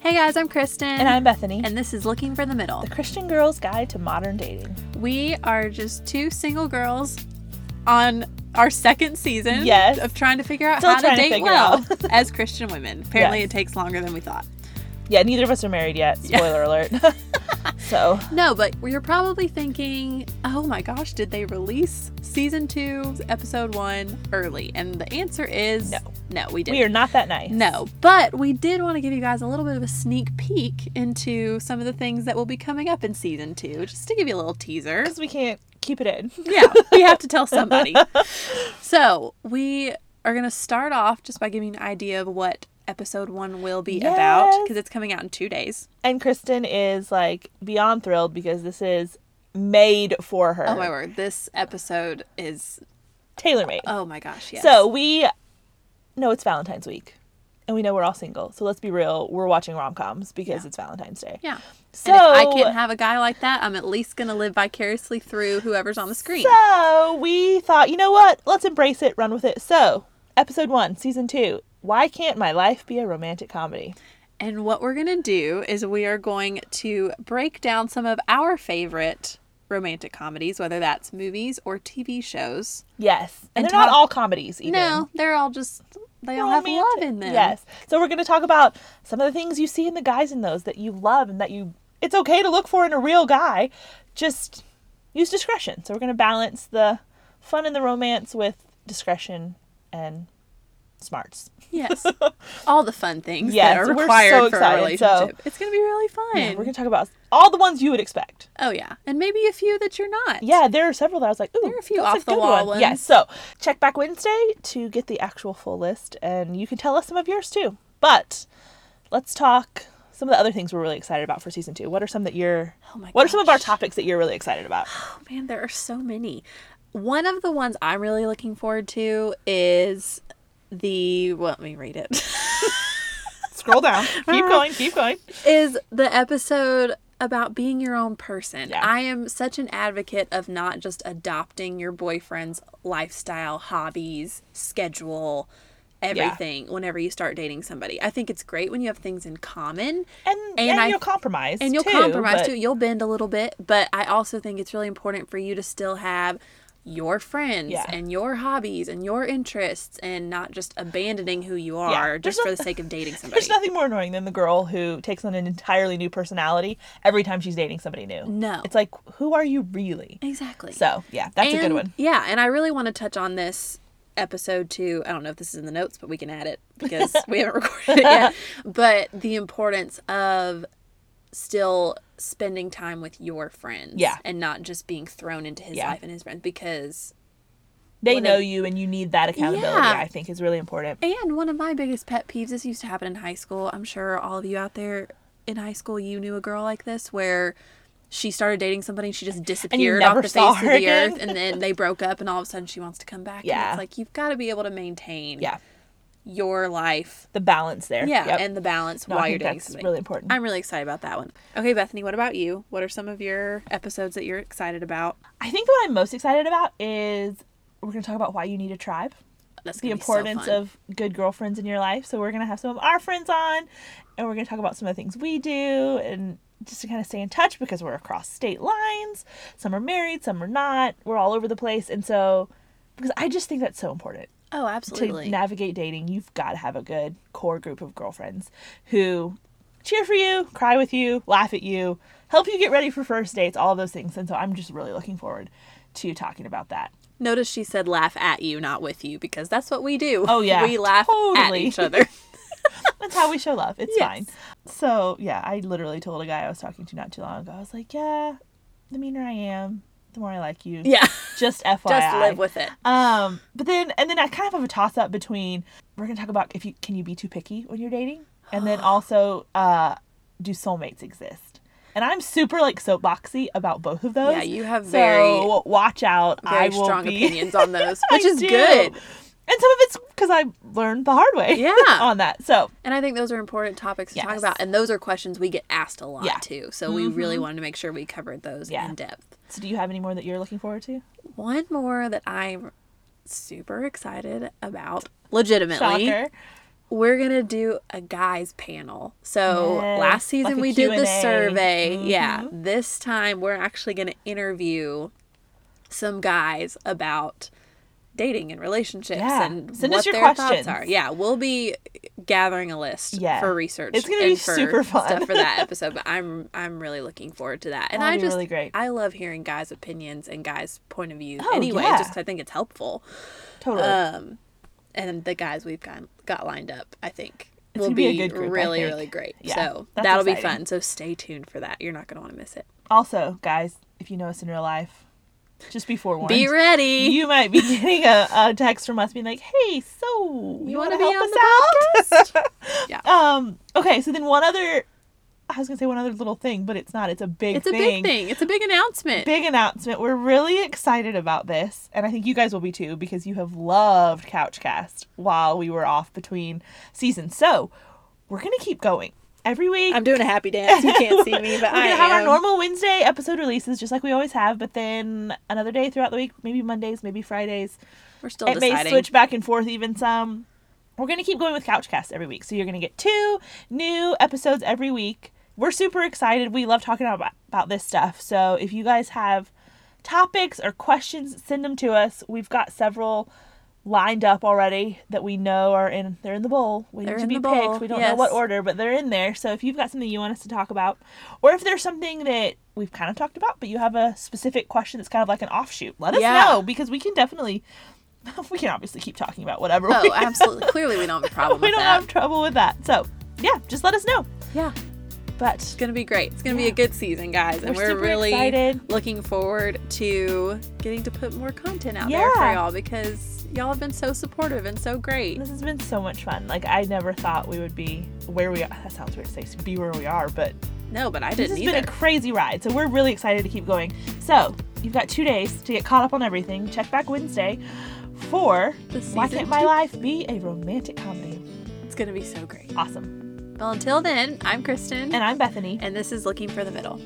Hey guys, I'm Kristen. And I'm Bethany. And this is Looking for the Middle. the Christian Girl's Guide to Modern Dating. We are just two single girls on our second season Yes. of trying to figure out Still how to trying to date figure well out. as Christian women. Apparently, Yes. it takes longer than we thought. Yeah, neither of us are married yet. Yeah. Spoiler alert. so, No, but you're probably thinking, oh my gosh, did they release season two, episode one early? And the answer is No. no we didn't. we are not that nice. No, but we did want to give you guys a little bit of a sneak peek into some of the things that will be coming up in season two, just to give you a little teaser. Because we can't keep it in. yeah, we have to tell somebody. So we are going to start off just by giving an idea of what episode one will be about Yes. because it's coming out in two days. And Kristen is like beyond thrilled because this is made for her. Oh my word, this episode is Tailor made. oh my gosh, yes. So, we know it's Valentine's week. And we know we're all single. So, let's be real. We're watching rom coms because it's Valentine's Day. yeah. So, and if I can't have a guy like that, I'm at least going to live vicariously through whoever's on the screen. So we thought, you know what? Let's embrace it, run with it. So, episode one, season two. Why can't my life be a romantic comedy? And what we're going to do is we are going to break down some of our favorite romantic comedies, whether that's movies or TV shows. Yes. And And, they're not talk- all comedies either. No, they're all just, they all have Romantic- love in them. Yes. So we're gonna talk about some of the things you see in the guys in those that you love and that you it's okay to look for in a real guy. Just use discretion. So we're gonna balance the fun and the romance with discretion and smarts. Yes. all the fun things Yes, that are we're so required for a excited, so- relationship. It's going to be really fun. And we're gonna talk about all the ones you would expect. oh, yeah. And maybe a few that you're not. Yeah, there are several that I was like, ooh, There are a few that's off the good wall one. Yes, ones. so check back Wednesday to get the actual full list, and you can tell us some of yours too. But let's talk some of the other things we're really excited about for season two. What are some that you're? Oh my what are some of our gosh. topics that you're really excited about? Oh, man, there are so many. One of the ones I'm really looking forward to is the, well, let me read it. Scroll down. keep going. Keep going. is the episode about being your own person. Yeah. I am such an advocate of not just adopting your boyfriend's lifestyle, hobbies, schedule, everything whenever you start dating somebody. I think it's great when you have things in common And and, I- you'll compromise. and you'll too, compromise but- too. You'll bend a little bit, but I also think it's really important for you to still have your friends Yeah. and your hobbies and your interests and not just abandoning who you are There's just for no- the sake of dating somebody. There's nothing more annoying than the girl who takes on an entirely new personality every time she's dating somebody new. No. It's like, who are you really? exactly. So, yeah, that's a good And- one. Yeah, and I really want to touch on this episode too. I don't know if this is in the notes, but we can add it because we haven't recorded it yet. But the importance of still spending time with your friends. Yeah. And not just being thrown into his Yeah. life and his friends because they when know they- you and you need that accountability Yeah. i think is really important and one of my biggest pet peeves this used to happen in high school. I'm sure all of you out there in high school you knew a girl like this where she started dating somebody and she just disappeared never off the saw face of her the again. earth and then they broke up and all of a sudden she wants to come back. And Yeah. it's like you've got to be able to maintain yeah your life. the balance there Yeah, Yep. and the balance No, I while think you're dating that's somebody. really important I'm really excited about that one. Okay, Bethany, what about you? What are some of your episodes that you're excited about? i think the one i'm most excited about is we're going to talk about why you need a tribe That's the gonna be so importance fun. of good girlfriends in your life so we're going to have some of our friends on and we're going to talk about some of the things we do and just to kind of stay in touch because we're across state lines some are married some are not we're all over the place and so because i just think that's so important oh, to absolutely. navigate dating, you've got to have a good core group of girlfriends who cheer for you, cry with you, laugh at you, help you get ready for first dates, all those things. And so I'm just really looking forward to talking about that. Notice she said laugh at you, not with you, because that's what we do. Oh, yeah, we laugh at totally. each other. That's how we show love. It's Yes. fine. So, yeah, I literally told a guy I was talking to not too long ago, I was like, yeah, the meaner I am, the more I like you. yeah, Just FYI. just live with it. Um, but then and then I kind of have a toss up between we're gonna talk about if you can you be too picky when you're dating, and then also uh, do soulmates exist? And I'm super like soapboxy about both of those. Yeah, you have so very- watch out. Very I will strong be- opinions on those, which I is do. good. And some of it's because I learned the hard way. Yeah. on that. So And I think those are important topics to talk Yes. about, and those are questions we get asked a lot Yeah. Mm-hmm. too. So we really wanted to make sure we covered those Yeah. in depth. so do you have any more that you're looking forward to? one more that I'm super excited about legitimately Shocker. we're gonna do a guys panel. So Yes, last season like a Mm-hmm. we did the Q&A. survey. Yeah, this time we're actually gonna interview some guys about dating and relationships Yeah. and Send what us your their questions. thoughts are. Yeah, we'll be gathering a list Yeah. for research. It's gonna be and for super fun. stuff for that episode. But I'm I'm really looking forward to that. And That'll I be just really great. I love hearing guys' opinions and guys' point of view Oh, anyway, yeah. just 'cause I think it's helpful Totally. um and the guys we've got got lined up i think will gonna be, be a good group, I really think. really great Yeah, so that's that'll be exciting. fun so stay tuned for that you're not going to want to miss it also, guys, if you know us in real life, just be forewarned. be ready you might be getting a, a text from us being like, "Hey, so you, want wanna to be help on us the out?" yeah Um. Okay. So then, one other. I was gonna say one other little thing, but it's not. It's a big. it's a big thing it's a big announcement Big announcement. We're really excited about this, and I think you guys will be too because you have loved Couchcast while we were off between seasons. So we're gonna keep going every week. i'm doing a happy dance you can't see me but we're i gonna have our am. normal Wednesday episode releases, just like we always have. But then another day throughout the week, maybe Mondays, maybe Fridays, we're still it deciding may switch back and forth even some. We're going to keep going with Couchcast every week. So you're going to get two new episodes every week. We're super excited. We love talking about, about this stuff. So if you guys have topics or questions, send them to us. We've got several lined up already that we know are in they're in the bowl waiting They're to in be the picked bowl, we don't know yes. what order but they're in there so if you've got something you want us to talk about or if there's something that we've kind of talked about but you have a specific question that's kind of like an offshoot let us Yeah. know because we can definitely we can obviously keep talking about whatever. we, oh absolutely clearly we don't have a problem we with don't that have trouble with that. So yeah, just let us know. yeah But it's gonna be great it's gonna be a good season guys and We're we're super really excited. looking forward to getting to put more content out there Yeah. for y'all because y'all have been so supportive and so great this has been so much fun. Like I never thought we would be where we are. That sounds weird to say be where we are, but No, but I this didn't has either. been a crazy ride. So we're really excited to keep going. So you've got two days to get caught up on everything. Check back Wednesday for The Why season Can't My two. Life Be a Romantic Comedy? It's gonna be so great. Awesome. Well, until then, I'm Kristen, And I'm Bethany. and this is Looking for the Middle.